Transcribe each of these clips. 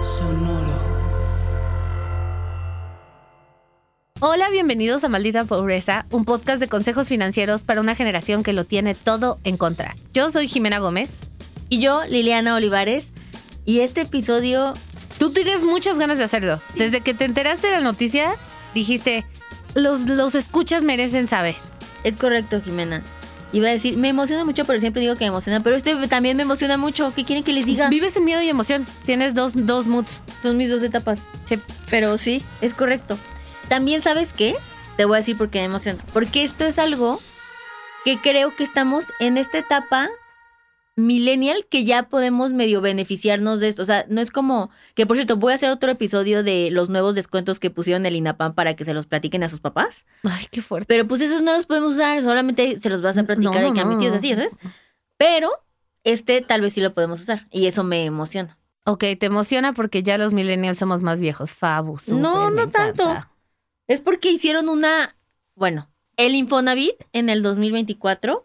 Sonoro. Hola, bienvenidos a Maldita Pobreza, un podcast de consejos financieros para una generación que lo tiene todo en contra. Yo soy Jimena Gómez. Y yo, Liliana Olivares. Y este episodio, Tú tienes muchas ganas de hacerlo. Desde que te enteraste de la noticia, dijiste, los, los escuchas merecen saber. es correcto, Jimena. Iba a decir, me emociona mucho, pero siempre digo que me emociona. Pero este también me emociona mucho. ¿Qué quieren que les diga? Vives en miedo y emoción. Tienes dos, dos moods. Son mis dos etapas. Sí. Pero sí, es correcto. También, ¿sabes qué? Te voy a decir por qué me emociona. Porque esto es algo que creo que estamos en esta etapa millennial que ya podemos medio beneficiarnos de esto. O sea, no es como que, por cierto, voy a hacer otro episodio de los nuevos descuentos que pusieron el INAPAM para que se los platiquen a sus papás. Ay, qué fuerte. Pero pues esos no los podemos usar, solamente se los vas a platicar Mm, No, aquí a no, mis tíos, no. así, ¿sabes? Pero este tal vez sí lo podemos usar y eso me emociona. Ok, te emociona porque ya los millennials somos más viejos. Fabu. súper, No, me no tanto. encanta. Es porque hicieron una, bueno, el Infonavit en el 2024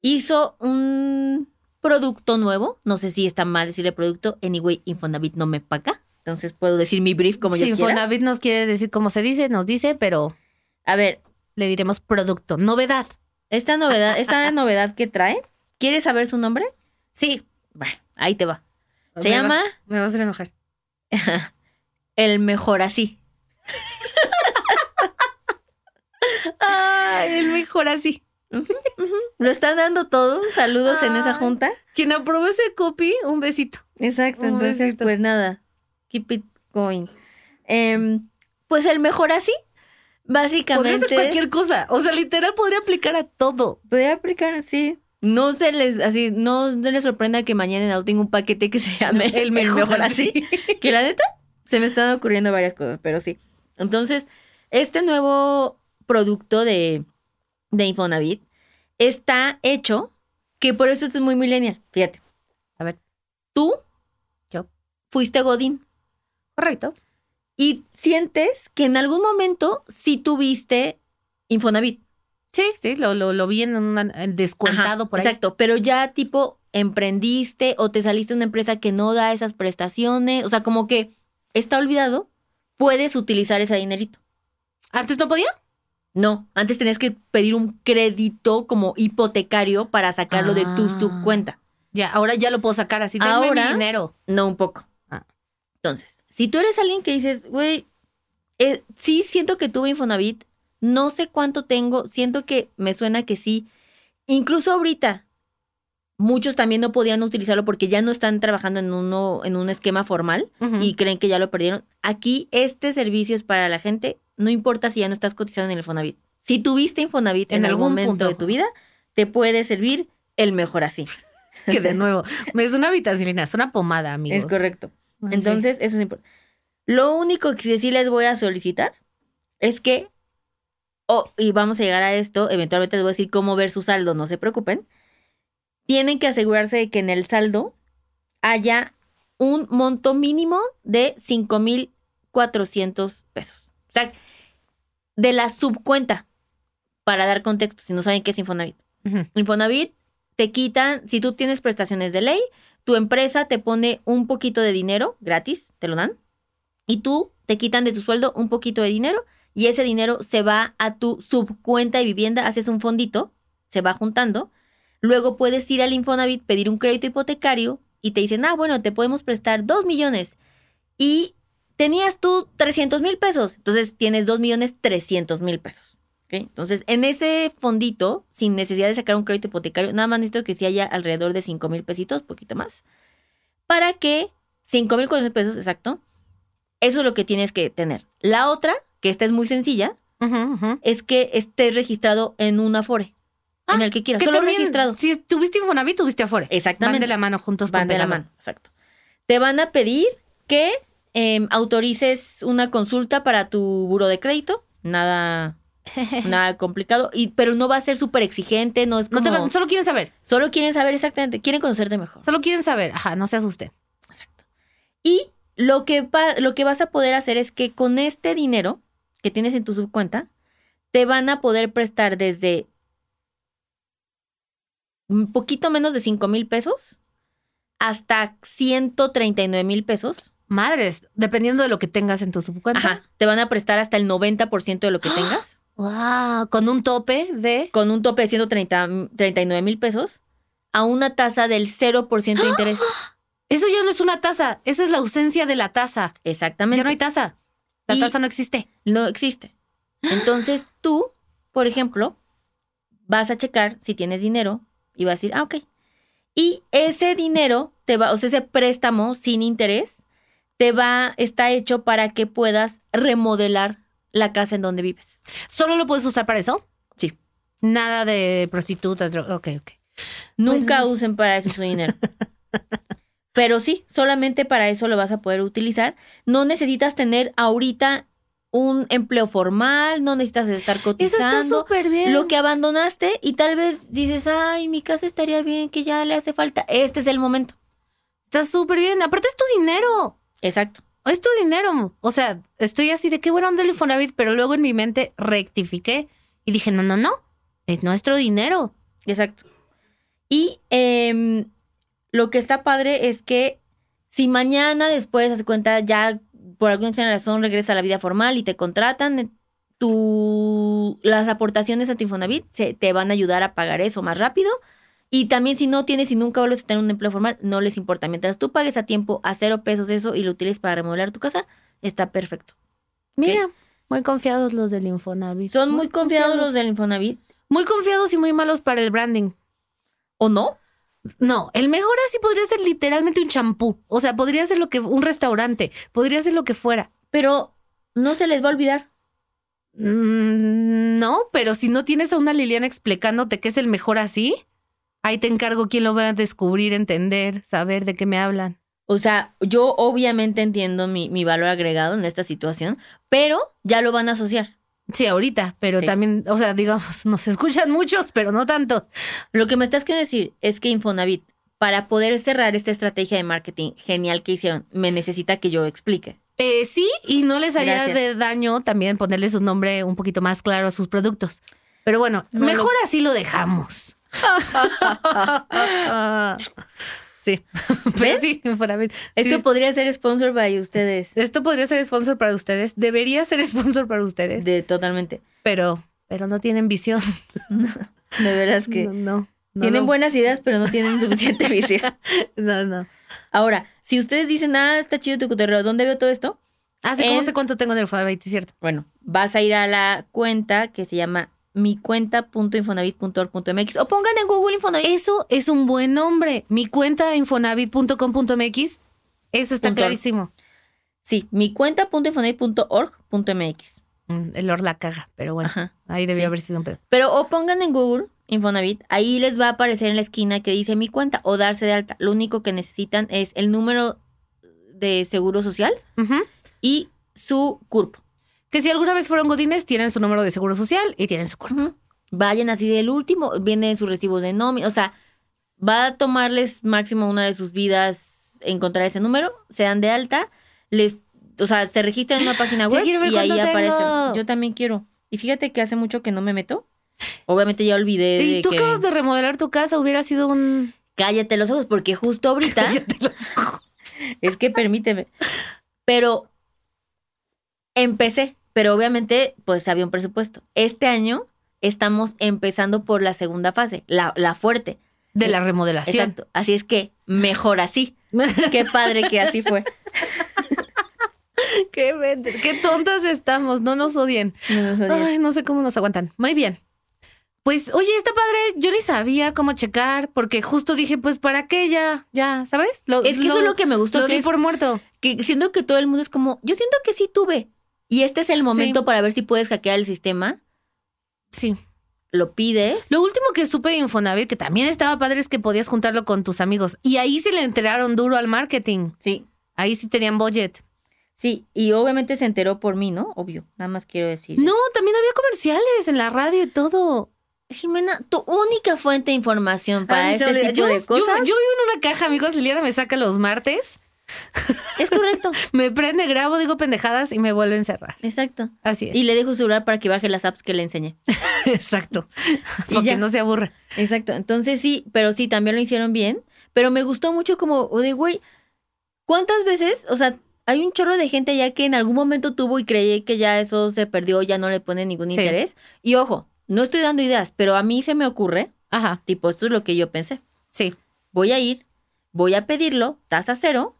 hizo un producto nuevo, no sé si está mal decirle producto, anyway, Infonavit no me paga, entonces puedo decir mi brief como Sí, yo quiera. Infonavit nos quiere decir como se dice, nos dice, pero A ver, le diremos producto, novedad. esta novedad, esta novedad que trae, ¿quieres saber su nombre? Sí. Bueno, ahí te va. Se Me va- llama Me vas a enojar. el mejor así. Ay, el mejor así. Lo están dando todo. Saludos en esa Ay. junta. Quien aprobó ese copy, un besito. Exacto, entonces Oh, Pobrecito. pues nada, keep it going. Em, pues el mejor así, Podría básicamente. ser cualquier cosa. O sea, literal podría aplicar a todo. Podría aplicar así. No se les, así, no, no les sorprenda que mañana en auto tenga un paquete que se llame El mejor que la neta, se me están ocurriendo varias cosas, pero sí. Entonces, este nuevo producto de, de Infonavit está hecho, que por eso esto es muy millennial. Fíjate. A ver. Tú. Yo. Fuiste Godín. Correcto. Y sientes que en algún momento sí tuviste Infonavit. Sí, sí, lo, lo, lo vi en un descuentado Ajá, por ahí. Exacto, pero ya tipo emprendiste o te saliste de una empresa que no da esas prestaciones, o sea, como que está olvidado, puedes utilizar ese dinerito. ¿Antes no podía? No, antes tenías que pedir un crédito como hipotecario para sacarlo de tu Ah. subcuenta. Ya, ahora ya lo puedo sacar así. Denme Ahora- mi dinero. No, un poco. Ah. Entonces, si tú eres alguien que dices, güey, eh, sí siento que tuve Infonavit, no sé cuánto tengo, siento que me suena que sí. Incluso ahorita, muchos también no podían utilizarlo porque ya no están trabajando en, uno, en un esquema formal y creen que ya lo perdieron. Aquí este servicio es para la gente, no importa si ya no estás cotizando en el Infonavit. Si tuviste Infonavit en, En algún, algún momento punto. de tu vida, te puede servir el mejor así. que de nuevo, es una vitacilina, es una pomada, amigos. Es correcto. Ah, sí. Entonces, eso es importante. Lo único que sí les voy a solicitar es que, oh, y vamos a llegar a esto, eventualmente les voy a decir cómo ver su saldo, no se preocupen. Tienen que asegurarse de que en el saldo haya un monto mínimo de 5,400 pesos. O sea, de la subcuenta, para dar contexto, si no saben qué es Infonavit. Ujú. Infonavit te quitan, si tú tienes prestaciones de ley, tu empresa te pone un poquito de dinero gratis, te lo dan, y tú te quitan de tu sueldo un poquito de dinero y ese dinero se va a tu subcuenta de vivienda, haces un fondito, se va juntando, luego puedes ir al Infonavit, pedir un crédito hipotecario y te dicen, ah, bueno, te podemos prestar 2 millones y tenías tú 300 mil pesos, entonces tienes 2 millones 300 mil pesos. ¿ok? Entonces, en ese fondito, sin necesidad de sacar un crédito hipotecario, nada más necesito que sí haya alrededor de 5 mil pesitos, poquito más, para que 5 mil, mil pesos, exacto, eso es lo que tienes que tener. La otra, que esta es muy sencilla, Ujú, ujú. es que estés registrado en un Afore. en el que quieras, Ah, Que solo también, registrado. Si tuviste Infonavit, tuviste Afore. Van Exactamente. de la mano juntos Van de la mano, exacto. Te van a pedir que em, autorices una consulta para tu buro de crédito. Nada, nada complicado. Y, pero no va a ser súper exigente, no es No te como- van- solo quieren saber. Solo quieren saber exactamente, quieren conocerte mejor. Solo quieren saber. Ajá, no se asusten. Exacto. Y lo que, va- lo que vas a poder hacer es que con este dinero que tienes en tu subcuenta, te van a poder prestar desde un poquito menos de 5 mil pesos hasta 139 mil pesos. Madres, dependiendo de lo que tengas en tu subcuenta. Ajá. Te van a prestar hasta el 90% de lo ¡Ah! que tengas, Wow, con un tope de. con un tope de 139 mil pesos, a una tasa del 0% de interés. ¡Ah! Eso ya no es una tasa. Esa es la ausencia de la tasa. Exactamente. Ya no hay tasa. La Y- tasa no existe. no existe. Entonces tú, por ejemplo, vas a checar si tienes dinero y vas a decir, ah, ok. Y ese dinero te va, o sea, ese préstamo sin interés, te va, está hecho para que puedas remodelar la casa en donde vives. ¿Solo lo puedes usar para eso? Sí. Nada de prostitutas. dro- Ok, ok. Pues- Nunca usen para eso su dinero. Pero sí, solamente para eso lo vas a poder utilizar. No necesitas tener ahorita un empleo formal, no necesitas estar Eso cotizando. está súper bien. lo que abandonaste y tal vez dices, ay, mi casa estaría bien, que ya le hace falta. Este es el momento. Está súper bien. Aparte es tu dinero. Exacto. Es tu dinero. O sea, estoy así de qué buena onda el Infonavit, pero luego en mi mente rectifiqué y dije, no, no, no. Es nuestro dinero. Exacto. Y em, lo que está padre es que si mañana después haz de cuenta ya por alguna extraña razón regresa a la vida formal y te contratan, eh, tu, las aportaciones a tu Infonavit se- te van a ayudar a pagar eso más rápido. Y también si no tienes y nunca vuelves a tener un empleo formal, no les importa. Mientras tú pagues a tiempo a cero pesos eso y lo utilices para remodelar tu casa, está perfecto. Mira, muy confiados los del Infonavit. Son muy confiados los del Infonavit. Muy confiados y muy malos para el branding. ¿O no? No, el mejor así podría ser literalmente un champú. O sea, podría ser lo que un restaurante, podría ser lo que fuera. Pero no se les va a olvidar. Mm, no, pero si no tienes a una Liliana explicándote qué es el mejor así, ahí te encargo quién lo va a descubrir, entender, saber de qué me hablan. O sea, yo obviamente entiendo mi, mi valor agregado en esta situación, pero ya lo van a asociar. Sí, ahorita, pero Sí. también, o sea, digamos, nos escuchan muchos, pero no tantos. Lo que me estás queriendo decir es que Infonavit, para poder cerrar esta estrategia de marketing genial que hicieron, me necesita que yo explique. Eh, sí, y no les haría Gracias. de daño también ponerles un nombre un poquito más claro a sus productos. Pero bueno, No mejor así lo dejamos. sí, pero ¿Ves? sí, Infonavit. Esto Sí. podría ser sponsor by ustedes. Esto podría ser sponsor para ustedes, debería ser sponsor para ustedes, De, totalmente. pero, pero no tienen visión. De veras que No, no. no tienen lo- buenas ideas, pero no tienen suficiente visión. No, no. Ahora, si ustedes dicen, ah, está chido tu cotorreo, ¿dónde veo todo esto? Ah, sí, ¿cómo En- sé cuánto tengo en el Infonavit? Es cierto. Bueno, vas a ir a la cuenta que se llama micuenta.infonavit.org.mx o pongan en Google Infonavit. Eso es un buen nombre. Mi cuenta infonavit.com.mx, eso está Punto org. clarísimo. Sí, micuenta.infonavit.org.mx. Mm, El or la caga, pero bueno, Ajá. ahí debió sí. haber sido un pedo. Pero o pongan en Google Infonavit, ahí les va a aparecer en la esquina que dice mi cuenta o darse de alta. Lo único que necesitan es el número de seguro social Ujú. y su CURP. Que si alguna vez fueron godines, tienen su número de seguro social y tienen su cuerpo. Ujú. Vayan así del último, viene su recibo de nómina, o sea, va a tomarles máximo una de sus vidas encontrar ese número, se dan de alta, les, o sea, se registran en una página Ya web quiero ver y ahí cuánto tengo. aparecen. Yo también quiero. Y fíjate que hace mucho que no me meto. Obviamente ya olvidé Y de tú que- acabas de remodelar tu casa, hubiera sido un... Cállate los ojos porque justo ahorita es que permíteme. Pero empecé, pero obviamente pues había un presupuesto. Este año estamos empezando por la segunda fase, la, la fuerte. De la remodelación. Exacto. Así es que mejor así. Qué padre que así fue. qué, mente- qué tontas estamos, no nos odien. Ay, no sé cómo nos aguantan. Muy bien. Pues, oye, está padre. Yo ni sabía cómo checar, porque justo dije, pues, ¿para qué ya? Ya, ¿sabes? Lo- es que eso es lo que me gustó, lo que, di es por muerto. que siento que todo el mundo es como, yo siento que sí tuve. Y este es el momento para ver si puedes hackear el sistema. Sí. lo pides. Lo último que supe de Infonavit, que también estaba padre, es que podías juntarlo con tus amigos. Y ahí sí le enteraron duro al marketing. Sí, Ahí sí tenían budget. sí. Y obviamente se enteró por mí, ¿no? Obvio. Nada más quiero decir. No, también había comerciales en la radio y todo. Jimena, tu única fuente de información para Ay, Ah, se este olvida. tipo yo, de yo- cosas yo vivo en una caja, amigos. Liliana me saca los martes, es correcto. me prende, grabo, digo pendejadas y me vuelve a encerrar. Exacto. Así es. Y le dejo su celular para que baje las apps que le enseñé. Exacto. Y Porque ya. no se aburre. Exacto. Entonces sí, pero sí, también lo hicieron bien. Pero me gustó mucho como, o de güey, ¿cuántas veces? O sea, hay un chorro de gente ya que en algún momento tuvo y creí que ya eso se perdió, ya no le pone ningún Sí. interés. Y ojo, no estoy dando ideas, pero a mí se me ocurre, Ajá, tipo, esto es lo que yo pensé. sí. Voy a ir, voy a pedirlo, tasa cero.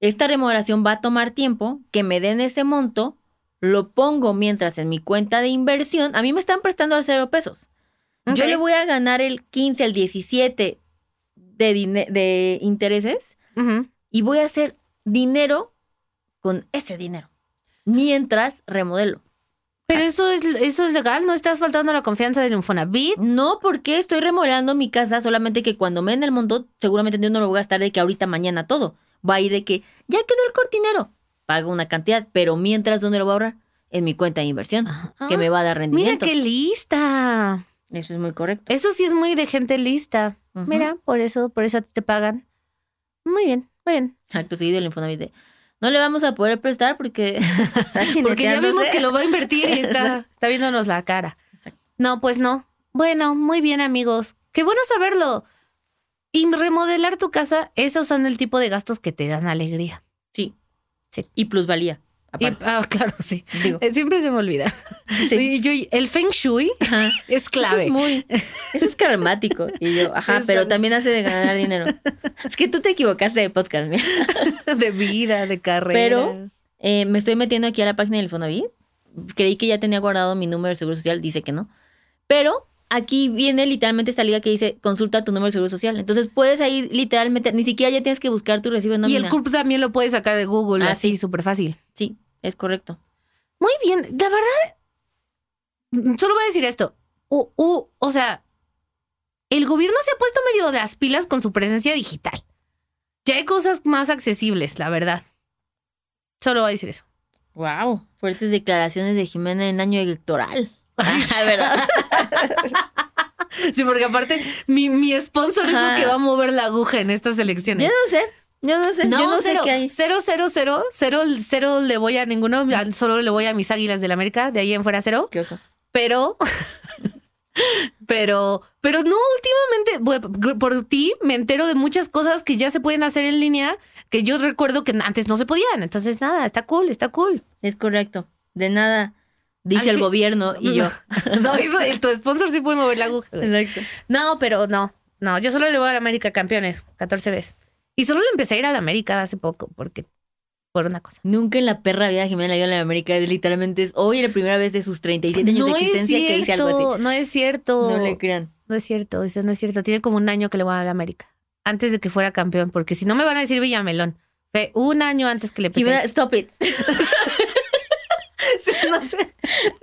Esta remodelación va a tomar tiempo, que me den ese monto, lo pongo mientras en mi cuenta de inversión. A mí me están prestando al cero pesos. Yo Ok. le voy a ganar el 15, el 17 de, dine- de intereses Ujú. y voy a hacer dinero con ese dinero. Mientras remodelo. Pero eso es, eso es legal, no estás faltando a la confianza del Infonavit. No porque estoy remodelando mi casa, solamente que cuando me den el monto, seguramente yo no lo voy a gastar de que ahorita, mañana, todo. Va a ir de que ya quedó el cortinero. Pago una cantidad, pero mientras, ¿dónde lo voy a ahorrar? En mi cuenta de inversión, que me va a dar Ah, Mira rendimiento. qué lista. Eso es muy correcto. Eso sí es muy de gente lista. Ujú. Mira, por eso, por eso te pagan. Muy bien, muy bien. Acto seguido el Infonavit de, no le vamos a poder prestar porque está Porque ya vemos jineteándose". que lo va a invertir y está, está viéndonos la cara. Exacto. No, pues no. Bueno, muy bien, amigos. Qué bueno saberlo. Y remodelar tu casa, esos son el tipo de gastos que te dan alegría. Sí. Sí. Y plusvalía. Y- Aparte, ah, claro, sí. digo. Eh, Siempre se me olvida. Sí. Y yo- el feng shui Ajá. es Eso clave. es muy. Eso es karmático. Y yo, ajá, Exacto. pero también hace de ganar dinero. Es que tú te equivocaste de podcast, mira. de vida, de carrera. Pero- Eh, me estoy metiendo aquí a la página del Fonaví. Creí que ya tenía guardado mi número de seguro social, dice que no. Pero aquí viene literalmente esta liga que dice consulta tu número de seguro social. Entonces puedes ahí literalmente, ni siquiera ya tienes que buscar tu recibo de y nómina. el CURP también lo puedes sacar de Google, Ah, así sí. súper fácil. Sí, es correcto. Muy bien, la verdad, solo voy a decir esto. U- u- o sea, el gobierno se ha puesto medio de las pilas con su presencia digital. Ya hay cosas más accesibles, la verdad. Solo voy a decir eso. Wow. Fuertes declaraciones de Jimena en año electoral. Ah, ¿verdad? Sí, porque aparte, mi, mi sponsor es Ajá. lo que va a mover la aguja en estas Yo elecciones. no sé. Yo no sé. No, yo no cero, sé qué hay. cero, cero, cero, cero, cero le voy a ninguno, al- solo le voy a mis águilas del América, de ahí en fuera cero. Qué oso. pero pero pero no últimamente bueno, por ti me entero de muchas cosas que ya se pueden hacer en línea que yo recuerdo que antes no se podían entonces nada está cool está cool Es correcto. De nada. Dice Al el fin- gobierno y yo. no eso, tu sponsor sí puede mover la aguja güey. Exacto. no pero no no yo solo le voy a la América campeones 14 veces y solo le empecé a ir a la América hace poco porque por una cosa Nunca en la perra vida Jimena la vio en la América. Literalmente es hoy la primera vez de sus 37 años de existencia que dice algo así. no es cierto No le crean. No es cierto, eso no es cierto. Tiene como un año que le voy a dar a América. Antes de que fuera campeón, porque si no me van a decir Villamelón. Fue un año antes que le Jimena, empecé. stop it. no sé.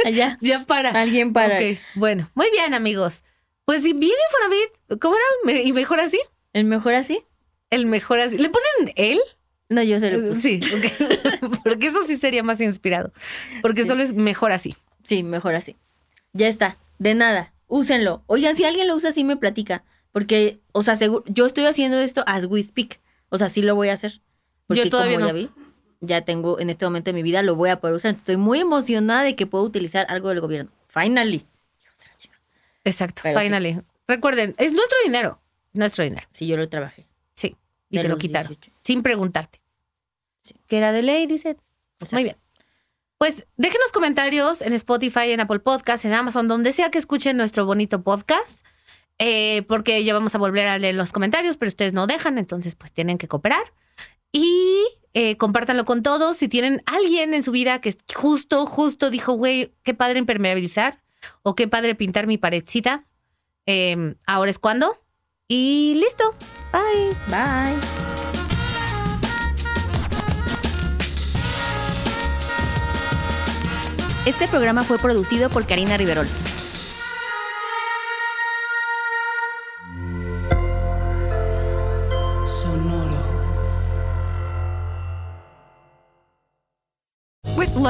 Allá. Ya para. Alguien para. Ok, Bueno, muy bien, amigos. Pues si bien Infonavit, ¿cómo era? Me- ¿Y mejor así? ¿El mejor así? El mejor así. ¿Le ponen él? No, yo se lo Sí, puse. ok. porque eso sí sería más inspirado. Porque Sí. solo es mejor así. Sí, mejor así. Ya está. De nada. Úsenlo. Oigan, si alguien lo usa así me platica. Porque, o sea, seguro, yo estoy haciendo esto as we speak. O sea, sí lo voy a hacer. Porque Yo todavía como no. ya vi, ya tengo en este momento de mi vida, lo voy a poder usar. Entonces, estoy muy emocionada de que puedo utilizar algo del gobierno. Finally. Hijos de la chica. Exacto, Pero sí. finally. Recuerden, es nuestro dinero. Nuestro dinero. Sí, yo lo trabajé. Sí. Y De te lo los quitaron. 18. Sin preguntarte. Sí. Que era de ley, dicen. O sea, Muy bien. Pues déjenos comentarios en Spotify, en Apple Podcast, en Amazon, donde sea que escuchen nuestro bonito podcast, eh, porque ya vamos a volver a leer los comentarios, pero ustedes no dejan, entonces pues tienen que cooperar. Y eh, compártanlo con todos. Si tienen alguien en su vida que justo, justo dijo, güey, qué padre impermeabilizar o qué padre pintar mi paredcita, eh, ahora es cuando. Y listo. Bye. Bye. Este programa fue producido por Karina Riverol.